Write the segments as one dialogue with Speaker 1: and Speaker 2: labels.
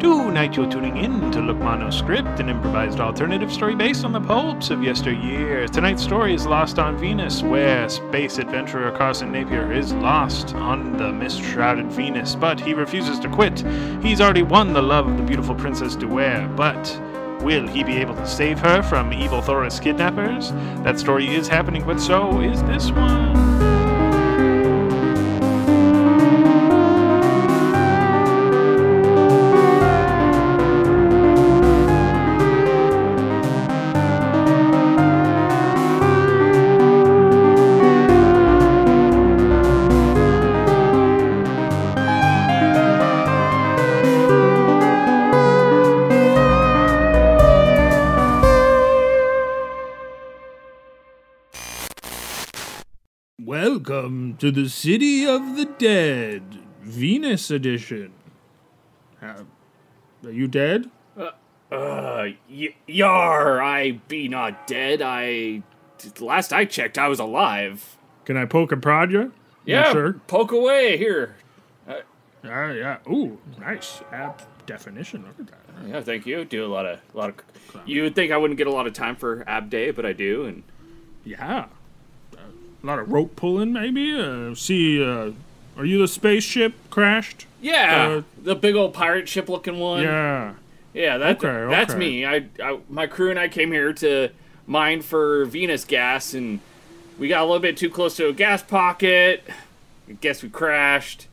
Speaker 1: to Nitro tuning in to Look Monoscript, an improvised alternative story based on the popes of yesteryear. Tonight's story is Lost on Venus, where space adventurer Carson Napier is lost on the mist-shrouded Venus, but he refuses to quit. He's already won the love of the beautiful Princess Duer, but will he be able to save her from evil Thoris kidnappers? That story is happening, but so is this one.
Speaker 2: Welcome to the City of the Dead, Venus Edition. Uh, are you dead?
Speaker 3: Uh, y- yar, I be not dead. I. t- Last I checked, I was alive.
Speaker 2: Can I poke and prod you?
Speaker 3: Yeah,
Speaker 2: sure.
Speaker 3: poke away here.
Speaker 2: Uh, yeah. Ooh, nice. App definition. Look at that.
Speaker 3: Yeah, thank you. Do a lot of, a lot of. You would think I wouldn't get a lot of time for ab day, but I do. And
Speaker 2: Yeah. A lot of rope pulling, maybe? Uh, see, uh, are you the spaceship crashed?
Speaker 3: yeah,
Speaker 2: Uh,
Speaker 3: the big old pirate ship looking one.
Speaker 2: Yeah.
Speaker 3: yeah, that,
Speaker 2: okay,
Speaker 3: that's
Speaker 2: okay.
Speaker 3: me. I, I, my crew and I came here to mine for Venus gas, and we got a little bit too close to a gas pocket. I guess we crashed.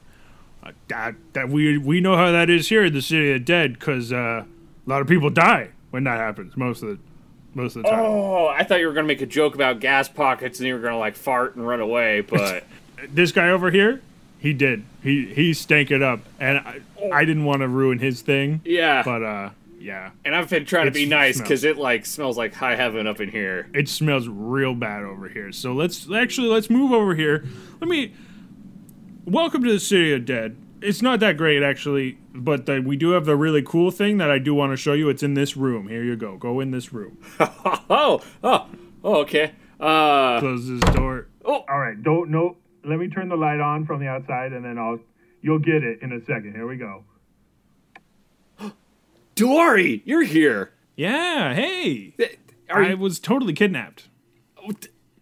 Speaker 2: That, that we, we know how that is here in the City of the Dead because uh, a lot of people die when that happens most of the, most of the time.
Speaker 3: Oh, I thought you were gonna make a joke about gas pockets and you were gonna like fart and run away, but
Speaker 2: this guy over here, he did. He he stank it up, and I, I didn't want to ruin his thing.
Speaker 3: yeah.
Speaker 2: But uh, yeah,
Speaker 3: and I've been trying to be
Speaker 2: It's-
Speaker 3: nice
Speaker 2: no.
Speaker 3: because it like smells like high heaven up in here.
Speaker 2: it smells real bad over here. So let's actually let's move over here. Let me. Welcome to the city of dead. It's not that great actually, but uh, we do have the really cool thing that I do want to show you. It's in this room. Here you go. Go in this room.
Speaker 3: Oh, oh, oh, okay. Uh,
Speaker 2: Close this door.
Speaker 3: Oh.
Speaker 2: all right. Don't no. Let me turn the light on from the outside, and then I'll. You'll get it in a second. Here we go.
Speaker 3: Dory, you're here.
Speaker 2: Yeah. Hey.
Speaker 3: Th- Are
Speaker 2: I
Speaker 3: you,
Speaker 2: was totally kidnapped.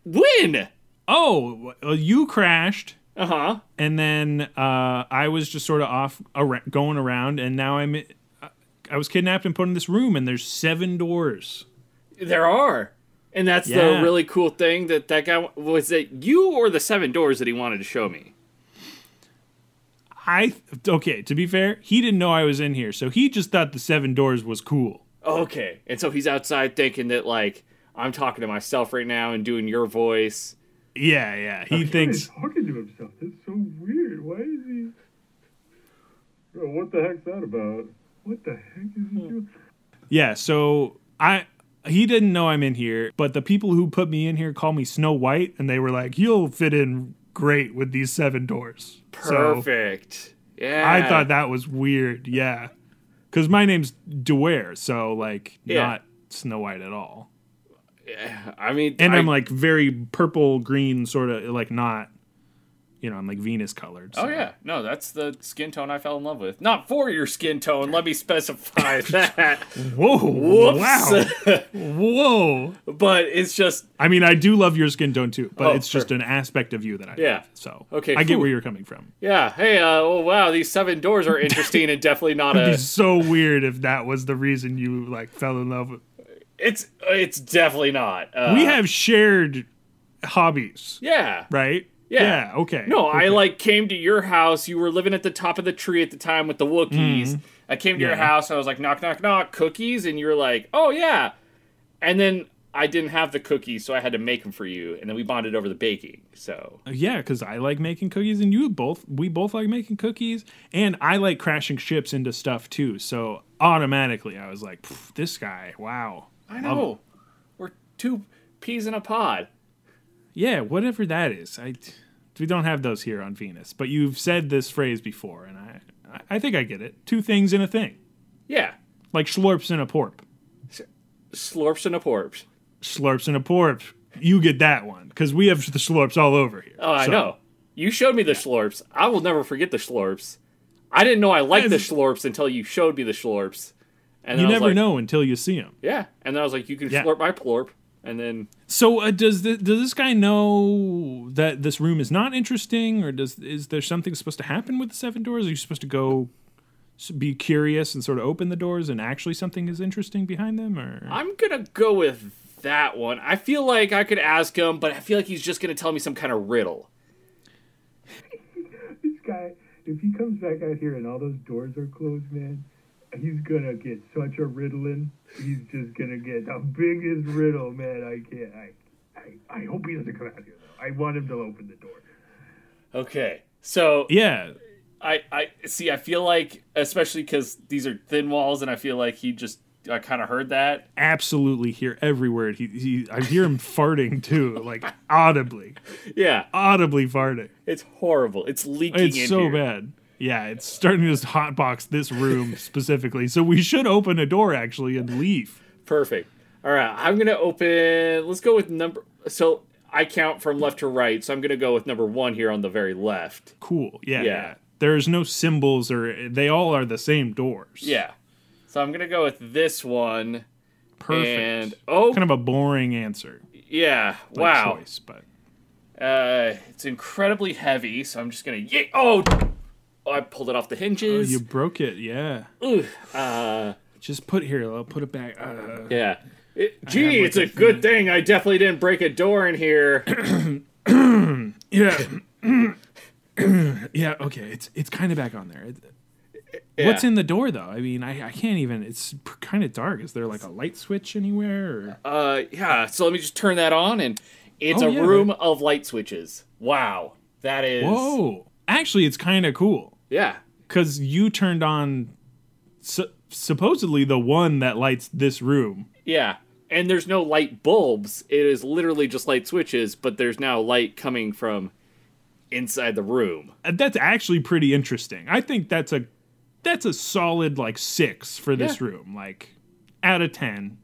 Speaker 3: when?
Speaker 2: Oh, well, you crashed,
Speaker 3: Uh huh.
Speaker 2: and then uh, I was just sort of off ar- going around, and now I'm. uh, I was kidnapped and put in this room, and there's seven doors.
Speaker 3: There are, and that's
Speaker 2: Yeah.
Speaker 3: the really cool thing that that guy was that you or the seven doors that he wanted to show me.
Speaker 2: I okay. To be fair, he didn't know I was in here, so he just thought the seven doors was cool.
Speaker 3: Okay, and so he's outside thinking that like I'm talking to myself right now and doing your voice.
Speaker 2: Yeah, yeah. He thinks
Speaker 4: talking to himself. That's so weird. Why is he? Bro, what the heck's that about? What the heck is he doing?
Speaker 2: yeah. So I. He didn't know I'm in here, but the people who put me in here call me Snow White, and they were like, "You'll fit in great with these seven doors." So-
Speaker 3: Perfect. yeah.
Speaker 2: I thought that was weird. Yeah. Cuz my name's Dwyer, so like
Speaker 3: Yeah.
Speaker 2: not Snow White at all.
Speaker 3: I mean,
Speaker 2: And
Speaker 3: I,
Speaker 2: I, am like very purple green sort of like not you know, I'm like Venus colored.
Speaker 3: oh
Speaker 2: so-
Speaker 3: yeah, no, that's the skin tone I fell in love with. Not for your skin tone. Let me specify that.
Speaker 2: Whoa.
Speaker 3: Whoops.
Speaker 2: Wow. Whoa.
Speaker 3: but it's just
Speaker 2: I mean, I do love your skin tone too, but
Speaker 3: Oh,
Speaker 2: it's just an aspect of you that I
Speaker 3: Yeah.
Speaker 2: love, So,
Speaker 3: Okay,
Speaker 2: I get
Speaker 3: cool.
Speaker 2: where you're coming from.
Speaker 3: yeah. Hey, uh, oh wow, these seven doors are interesting and definitely not a.
Speaker 2: It's so weird if that was the reason you like fell in love with.
Speaker 3: It's it's definitely not. Uh,
Speaker 2: We have shared hobbies,
Speaker 3: yeah.
Speaker 2: right?
Speaker 3: Yeah.
Speaker 2: okay.
Speaker 3: No, I
Speaker 2: okay.
Speaker 3: like came to your house. You were living at the top of the tree at the time with the Wookiees. I came to your
Speaker 2: Mm-hmm. Yeah.
Speaker 3: house. I was like, knock, knock, knock, cookies, and you were like, oh yeah. And then I didn't have the cookies, so I had to make them for you. And then we bonded over the baking. So
Speaker 2: Yeah, because I like making cookies, and you both we both like making cookies, and I like crashing ships into stuff too. So automatically, I was like, "Pff, this guy, wow,
Speaker 3: I know Um, we're two peas in a pod.
Speaker 2: yeah, whatever that is. I we don't have those here on Venus, but you've said this phrase before, and I I- I think I get it. Two things in a thing,
Speaker 3: Yeah,
Speaker 2: like slurps in a porp,
Speaker 3: slurps and a porps.
Speaker 2: slurps in a porp. You get that one because we have the slurps all over here.
Speaker 3: Oh, I
Speaker 2: So,
Speaker 3: know. You showed me the slurps. I will never forget the slurps. I didn't know I liked the
Speaker 2: That's-
Speaker 3: Schlorps until you showed me the Schlorps. And
Speaker 2: You
Speaker 3: then I was
Speaker 2: never
Speaker 3: like,
Speaker 2: know until you see him.
Speaker 3: Yeah, and then I was like, you can
Speaker 2: Yeah.
Speaker 3: Schlorp my Plorp, and then
Speaker 2: So uh, does the, does this guy know that this room is not interesting, or does is there something supposed to happen with the seven doors? Are you supposed to go s- be curious and sort of open the doors, and actually something is interesting behind them? Or
Speaker 3: I'm gonna go with that one. I feel like I could ask him, but I feel like he's just gonna tell me some kind of riddle.
Speaker 4: This guy, if he comes back out here and all those doors are closed, man, he's gonna get such a riddling. He's just gonna get the biggest riddle, man. I can't. I, I, I hope he doesn't come out here though. I want him to open the door.
Speaker 3: Okay, so
Speaker 2: yeah,
Speaker 3: I I see. I feel like, especially because these are thin walls, and I feel like he just I kind of heard that.
Speaker 2: absolutely hear every word. He, he I hear him farting too, like audibly,
Speaker 3: Yeah,
Speaker 2: audibly farting.
Speaker 3: it's horrible. It's leaking. in
Speaker 2: It's so
Speaker 3: here.
Speaker 2: bad. Yeah, it's starting to just hotbox this room specifically. So we should open a door actually and leave.
Speaker 3: Perfect. All right, I'm gonna open. Let's go with number. So I count from left to right. So I'm gonna go with number one here on the very left.
Speaker 2: Cool. Yeah.
Speaker 3: Yeah.
Speaker 2: yeah. There's no symbols or they all are the same doors.
Speaker 3: Yeah. So I'm gonna go with this one.
Speaker 2: Perfect.
Speaker 3: And oh,
Speaker 2: kind of a boring answer.
Speaker 3: yeah!
Speaker 2: like,
Speaker 3: wow,
Speaker 2: Choice, but
Speaker 3: uh, it's incredibly heavy. So I'm just gonna. Yay! Oh, oh, I pulled it off the
Speaker 2: Oh,
Speaker 3: hinges.
Speaker 2: you broke it. Yeah.
Speaker 3: Ugh. Uh,
Speaker 2: Just put here. I'll put it back. Uh,
Speaker 3: yeah. It- gee, it's a good thing I definitely didn't break a door in here.
Speaker 2: yeah. yeah. Okay. It's it's kind of back on there. It-
Speaker 3: Yeah.
Speaker 2: What's in the door though? I mean, I, I can't even. It's kind of dark. Is there like a light switch anywhere? Or?
Speaker 3: Uh, yeah. So let me just turn that on, and it's
Speaker 2: Oh,
Speaker 3: a
Speaker 2: yeah,
Speaker 3: room of light switches. Wow, that is.
Speaker 2: Whoa. Actually, it's kind of cool.
Speaker 3: Yeah.
Speaker 2: because you turned on su- supposedly the one that lights this room.
Speaker 3: Yeah. And there's no light bulbs. It is literally just light switches, but there's now light coming from inside the room.
Speaker 2: Uh, That's actually pretty interesting. I think that's a that's a solid like six for this
Speaker 3: Yeah.
Speaker 2: room, like out of ten.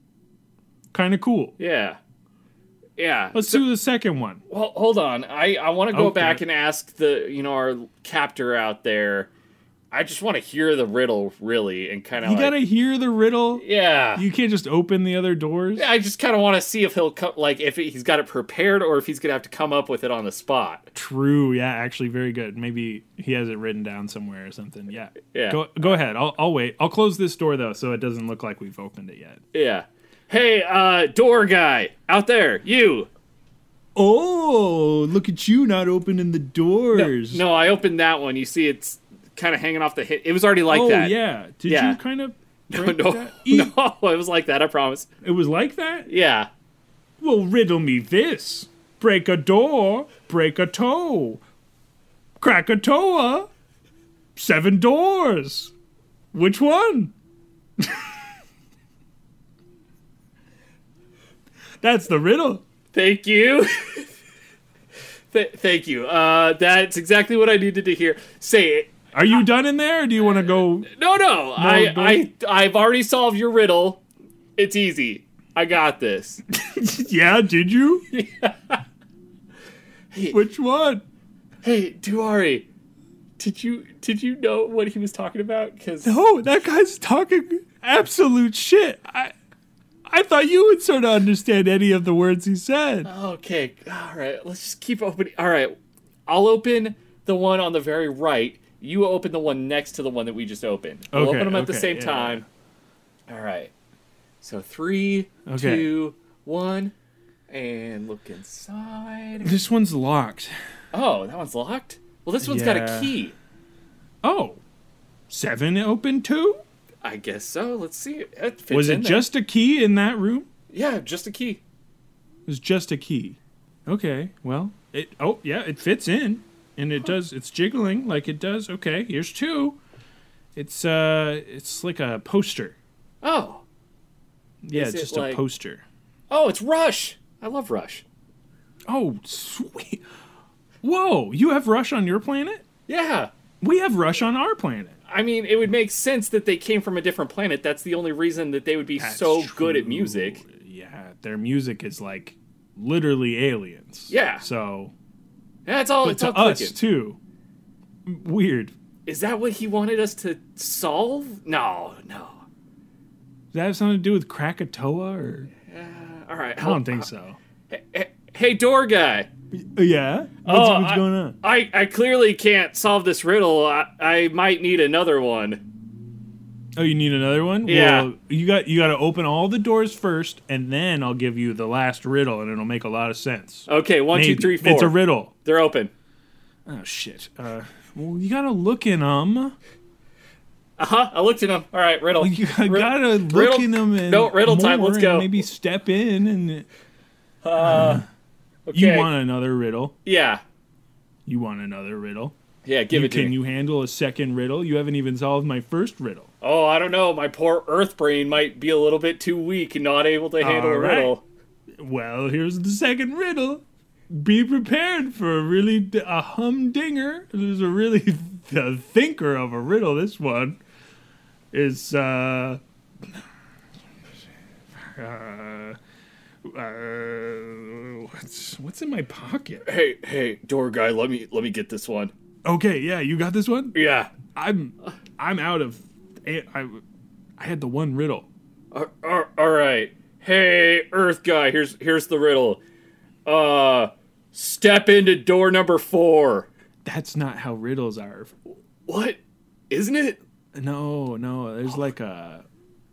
Speaker 2: Kind of cool.
Speaker 3: Yeah. Yeah.
Speaker 2: Let's do the second one.
Speaker 3: Well, hold on. I, I want to go
Speaker 2: Okay.
Speaker 3: back and ask the, you know, our captor out there. I just want to hear the riddle, really, and kind of
Speaker 2: You
Speaker 3: like,
Speaker 2: gotta hear the riddle.
Speaker 3: yeah.
Speaker 2: You can't just open the other doors.
Speaker 3: I just kind of want to see if he'll come, like, if he's got it prepared or if he's going to have to come up with it on the spot.
Speaker 2: True. Yeah, actually, very good. Maybe he has it written down somewhere or something. Yeah.
Speaker 3: Yeah.
Speaker 2: Go go ahead. I'll I'll wait. I'll close this door though, so it doesn't look like we've opened it yet.
Speaker 3: Yeah. Hey, uh, door guy out there, you.
Speaker 2: Oh, look at you not opening the doors.
Speaker 3: No, I opened that one. You see, it's kind of hanging off the hit. It was already like
Speaker 2: oh,
Speaker 3: that.
Speaker 2: yeah. Did
Speaker 3: Yeah.
Speaker 2: you kind of
Speaker 3: No,
Speaker 2: break
Speaker 3: no,
Speaker 2: that? E-
Speaker 3: no, it was like that. I promise.
Speaker 2: It was like that?
Speaker 3: Yeah.
Speaker 2: Well, riddle me this. Break a door, break a toe. Krakatoa, seven doors. Which one? That's the riddle.
Speaker 3: Thank you. Th- thank you. Uh, that's exactly what I needed to hear. Say it.
Speaker 2: Are you done in there or do you want to go?
Speaker 3: No, no. I,
Speaker 2: don't-
Speaker 3: I, I've already solved your riddle. It's easy. I got this.
Speaker 2: yeah, did you? Which one?
Speaker 3: hey, Duari, did you did you know what he was talking about? Because
Speaker 2: Oh, that guy's talking absolute shit. I I thought you would sort of understand any of the words he said.
Speaker 3: Okay, all right. Let's just keep opening. All right, I'll open the one on the very right. You open the one next to the one that we just opened. We'll
Speaker 2: Okay,
Speaker 3: open them at the
Speaker 2: okay,
Speaker 3: same
Speaker 2: yeah,
Speaker 3: time. All right. So three, two, one,
Speaker 2: Okay.
Speaker 3: and look inside.
Speaker 2: This one's locked.
Speaker 3: Oh, that one's locked. Well, this one's got a
Speaker 2: Yeah.
Speaker 3: key.
Speaker 2: Oh, seven open too?
Speaker 3: I guess so. Let's see. It fits
Speaker 2: Was
Speaker 3: in
Speaker 2: it
Speaker 3: there.
Speaker 2: just a key in that room?
Speaker 3: Yeah, just a key.
Speaker 2: It was just a key. Okay, well, it oh yeah, it fits in, and it does. It's jiggling like it does. Okay, here's two. It's uh, it's like a poster.
Speaker 3: Oh,
Speaker 2: Yeah,
Speaker 3: Is
Speaker 2: it's
Speaker 3: it
Speaker 2: just
Speaker 3: like-
Speaker 2: a poster.
Speaker 3: oh, it's Rush. I love Rush.
Speaker 2: Oh sweet! Whoa, you have Rush on your planet?
Speaker 3: Yeah.
Speaker 2: We have Rush on our planet.
Speaker 3: I mean, it would make sense that they came from a different planet. That's the only reason that they would be so good at music.
Speaker 2: Yeah, their music is like literally aliens.
Speaker 3: Yeah.
Speaker 2: So
Speaker 3: That's all.
Speaker 2: but
Speaker 3: it's
Speaker 2: to
Speaker 3: all
Speaker 2: us
Speaker 3: clicking.
Speaker 2: too. Weird.
Speaker 3: Is that what he wanted us to solve? No, no.
Speaker 2: Does that have something to do with Krakatoa? Or
Speaker 3: All right.
Speaker 2: I don't think so.
Speaker 3: Hey, door guy.
Speaker 2: Yeah. What's,
Speaker 3: Oh,
Speaker 2: what's
Speaker 3: I-
Speaker 2: going on?
Speaker 3: I, I clearly can't solve this riddle. I, I might need another one.
Speaker 2: Oh, you need another one?
Speaker 3: Yeah.
Speaker 2: Well, you got you got to open all the doors first, and then I'll give you the last riddle, and it'll make a lot of sense.
Speaker 3: Okay, one, two,
Speaker 2: Maybe.
Speaker 3: three, four.
Speaker 2: It's a riddle.
Speaker 3: They're open.
Speaker 2: Oh shit. Uh, well, you gotta look in them.
Speaker 3: Uh huh. I looked at him. All right, riddle.
Speaker 2: You gotta
Speaker 3: Rid-
Speaker 2: look
Speaker 3: riddle-
Speaker 2: in them. And
Speaker 3: No, riddle time.
Speaker 2: more
Speaker 3: Let's
Speaker 2: and
Speaker 3: go.
Speaker 2: Maybe step in, and
Speaker 3: Okay.
Speaker 2: you want another riddle.
Speaker 3: Yeah.
Speaker 2: You want another riddle.
Speaker 3: Yeah. Give
Speaker 2: You-
Speaker 3: it to
Speaker 2: can
Speaker 3: me.
Speaker 2: you handle a second riddle? You haven't even solved my first riddle.
Speaker 3: Oh, I don't know. My poor Earth brain might be a little bit too weak and not able to handle
Speaker 2: All
Speaker 3: a
Speaker 2: right.
Speaker 3: riddle.
Speaker 2: Well, here's the second riddle. Be prepared for a really d- a humdinger. There's a really the thinker of a riddle. This one is uh, uh, uh what's what's in my pocket?
Speaker 3: Hey, hey, door guy. Let me let me get this one.
Speaker 2: Okay, yeah, you got this one.
Speaker 3: Yeah.
Speaker 2: I'm I'm out of I I, I had the one riddle.
Speaker 3: Ar- ar- all right. Hey, Earth guy. Here's here's the riddle. Uh, step into door number four.
Speaker 2: That's not how riddles are.
Speaker 3: What? Isn't it?
Speaker 2: No, no. There's like a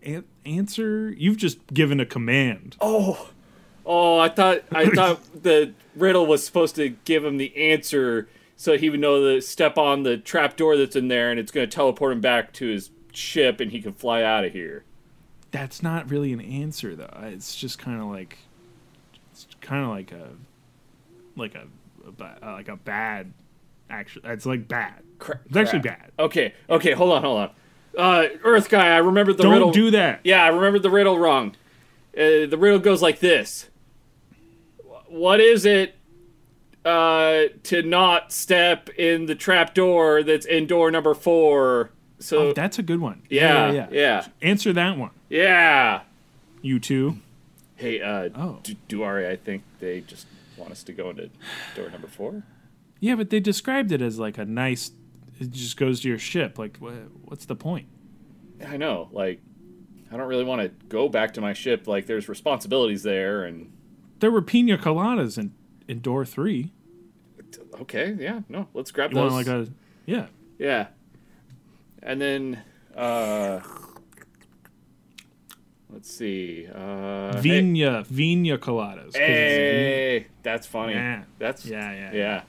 Speaker 2: an- answer. You've just given a command.
Speaker 3: Oh, oh! I thought I thought the riddle was supposed to give him the answer, so he would know to step on the trap door that's in there, and it's going to teleport him back to his ship, and he can fly out of here.
Speaker 2: That's not really an answer though. It's just kind of like it's kind of like a like a, a ba- uh, like a bad actually it's like bad.
Speaker 3: Cra-
Speaker 2: It's actually
Speaker 3: crap.
Speaker 2: bad.
Speaker 3: Okay, okay, hold on, hold on. Uh, Earth guy, I remembered the
Speaker 2: Don't
Speaker 3: riddle.
Speaker 2: do that.
Speaker 3: Yeah, I remembered the riddle wrong. Uh, the riddle goes like this: Wh- What is it uh, to not step in the trap door that's in door number four? So
Speaker 2: Oh, that's a good one.
Speaker 3: yeah,
Speaker 2: yeah.
Speaker 3: yeah, yeah.
Speaker 2: Answer that one.
Speaker 3: Yeah.
Speaker 2: You two.
Speaker 3: Hey, uh,
Speaker 2: Oh.
Speaker 3: Du- Duare, I think they just want us to go into door number four.
Speaker 2: Yeah, but they described it as like a nice it just goes to your ship. Like wh- what's the point?
Speaker 3: I know, like, I don't really want to go back to my ship. Like, there's responsibilities there, and
Speaker 2: There were pina coladas in in door 3.
Speaker 3: okay, yeah, no, let's grab
Speaker 2: You
Speaker 3: those.
Speaker 2: want like a yeah.
Speaker 3: yeah, and then, uh, let's see, uh, hey-
Speaker 2: Vina Vina coladas. 'cause it's Vina.
Speaker 3: Hey, that's funny.
Speaker 2: Yeah.
Speaker 3: That's
Speaker 2: Yeah, yeah,
Speaker 3: yeah.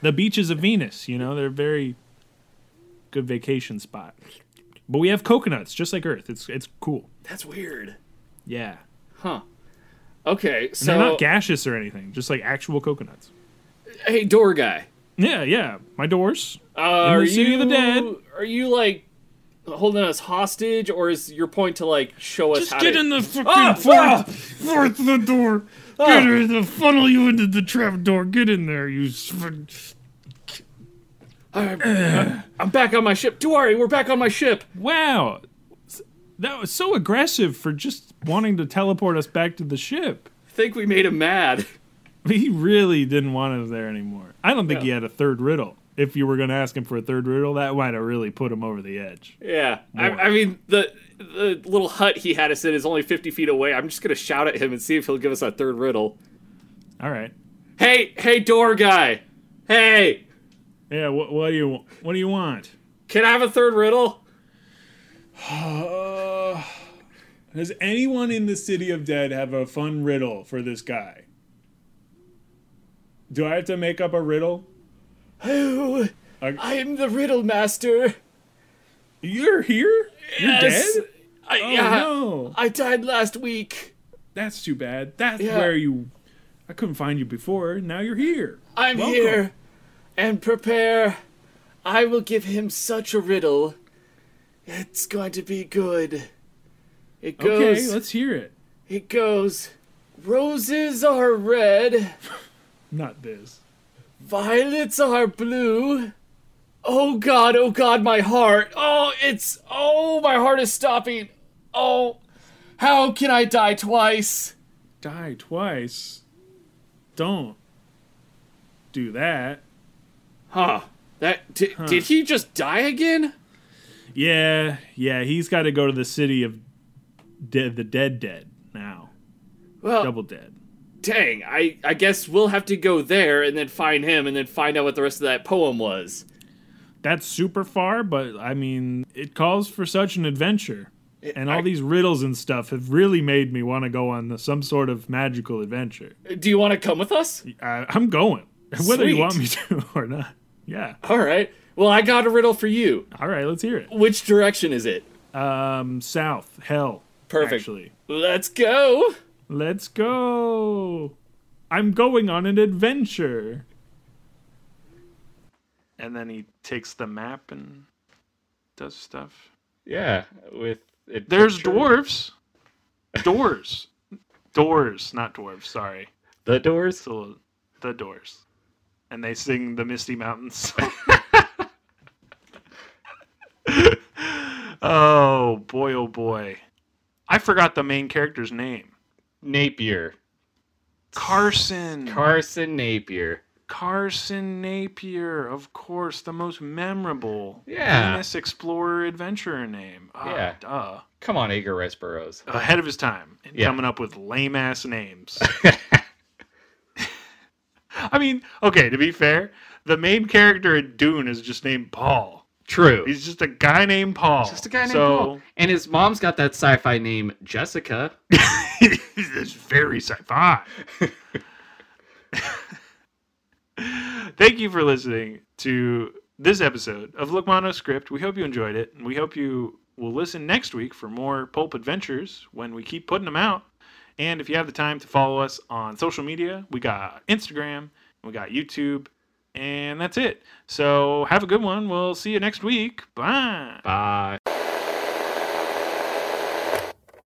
Speaker 2: The beaches of Venus, you know, they're a very good vacation spot. But we have coconuts, just like Earth. It's it's cool.
Speaker 3: That's weird,
Speaker 2: Yeah.
Speaker 3: huh? Okay,
Speaker 2: And
Speaker 3: so
Speaker 2: they're not gaseous or anything, just like actual coconuts.
Speaker 3: hey, door guy.
Speaker 2: Yeah, yeah. My doors.
Speaker 3: Uh, are
Speaker 2: the city
Speaker 3: you
Speaker 2: of the dead.
Speaker 3: Are you like holding us hostage, or is your point to like show us how to?
Speaker 2: the fucking
Speaker 3: Ah! Ah!
Speaker 2: fourth the door. Get her the funnel you into the trap door. Get in there, you s-
Speaker 3: I'm back on my ship, Duari. We're back on my ship.
Speaker 2: Wow. That was so aggressive for just wanting to teleport us back to the ship.
Speaker 3: I think we made him mad.
Speaker 2: He really didn't want us there anymore. I don't think he had a third riddle. If you were going to ask him for a third riddle, that might have really put him over the edge.
Speaker 3: Yeah, I,
Speaker 2: More.
Speaker 3: I mean the the little hut he had us in is only 50 feet away. I'm just gonna shout at him and see if he'll give us a third riddle.
Speaker 2: All right.
Speaker 3: Hey, hey, door guy. Hey,
Speaker 2: Yeah. What, what do you wa- What do you want?
Speaker 3: can I have a third riddle?
Speaker 2: Uh, Does anyone in the city of dead have a fun riddle for this guy? Do I have to make up a riddle?
Speaker 3: Oh,
Speaker 2: I-
Speaker 3: I'm the riddle master.
Speaker 2: You're here.
Speaker 3: Yes.
Speaker 2: You're dead.
Speaker 3: I,
Speaker 2: Oh
Speaker 3: yeah,
Speaker 2: no.
Speaker 3: I died last week.
Speaker 2: That's too bad. That's
Speaker 3: Yeah.
Speaker 2: where you. I couldn't find you before. Now you're here.
Speaker 3: I'm
Speaker 2: Welcome.
Speaker 3: here and prepare. I will give him such a riddle. It's going to be good. It goes
Speaker 2: Okay, let's hear it.
Speaker 3: it goes roses are red,
Speaker 2: Not this.
Speaker 3: violets are blue. Oh god, oh god, my heart. Oh, it's oh, my heart is stopping. Oh, how can I die twice?
Speaker 2: die twice. Don't do that.
Speaker 3: Huh. That di- did he just die again?
Speaker 5: Yeah, yeah, he's got to go to the city of dead, the dead, dead now,
Speaker 3: Well,
Speaker 5: double dead.
Speaker 3: dang. I I guess we'll have to go there and then find him and then find out what the rest of that poem was.
Speaker 5: That's super far, but I mean, it calls for such an adventure. And all
Speaker 3: I-
Speaker 5: these riddles and stuff have really made me want to go on the, some sort of magical adventure.
Speaker 3: Do you want to come with us?
Speaker 5: I, Uh, I'm going, whether you
Speaker 3: Sweet.
Speaker 5: want me to or not. Yeah.
Speaker 3: All right. Well, I got a riddle for you.
Speaker 5: All right, let's hear it.
Speaker 3: Which direction is it?
Speaker 5: Um, south, hell.
Speaker 3: Perfect.
Speaker 5: Actually,
Speaker 3: Let's go.
Speaker 5: let's go. I'm going on an adventure.
Speaker 2: And then he takes the map and does stuff.
Speaker 3: Yeah, with it
Speaker 2: There's dwarves. Doors. Doors, not dwarves, sorry.
Speaker 3: The doors.
Speaker 2: So the doors. And they sing the Misty Mountains. oh boy, oh boy. I forgot the main character's name.
Speaker 3: Napier.
Speaker 2: Carson.
Speaker 3: Carson Napier.
Speaker 2: Carson Napier, of course, the most memorable
Speaker 3: Yeah.
Speaker 2: Venus explorer adventurer name. Ah,
Speaker 3: Yeah.
Speaker 2: duh.
Speaker 3: Come on, Edgar Rice Burroughs.
Speaker 2: ahead of his time and
Speaker 3: Yeah.
Speaker 2: coming up with lame ass names. I mean, okay, to be fair, the main character in Dune is just named Paul.
Speaker 3: True.
Speaker 2: He's just a guy named Paul.
Speaker 3: Just a guy named
Speaker 2: So,
Speaker 3: Paul. And his mom's got that sci-fi name Jessica.
Speaker 2: it's very sci-fi. Thank you for listening to this episode of Look Monoscript. We hope you enjoyed it, and we hope you will listen next week for more pulp adventures when we keep putting them out. And if you have the time to follow us on social media, we got Instagram, we got YouTube, and that's it. So have a good one. We'll see you next week. Bye.
Speaker 3: Bye.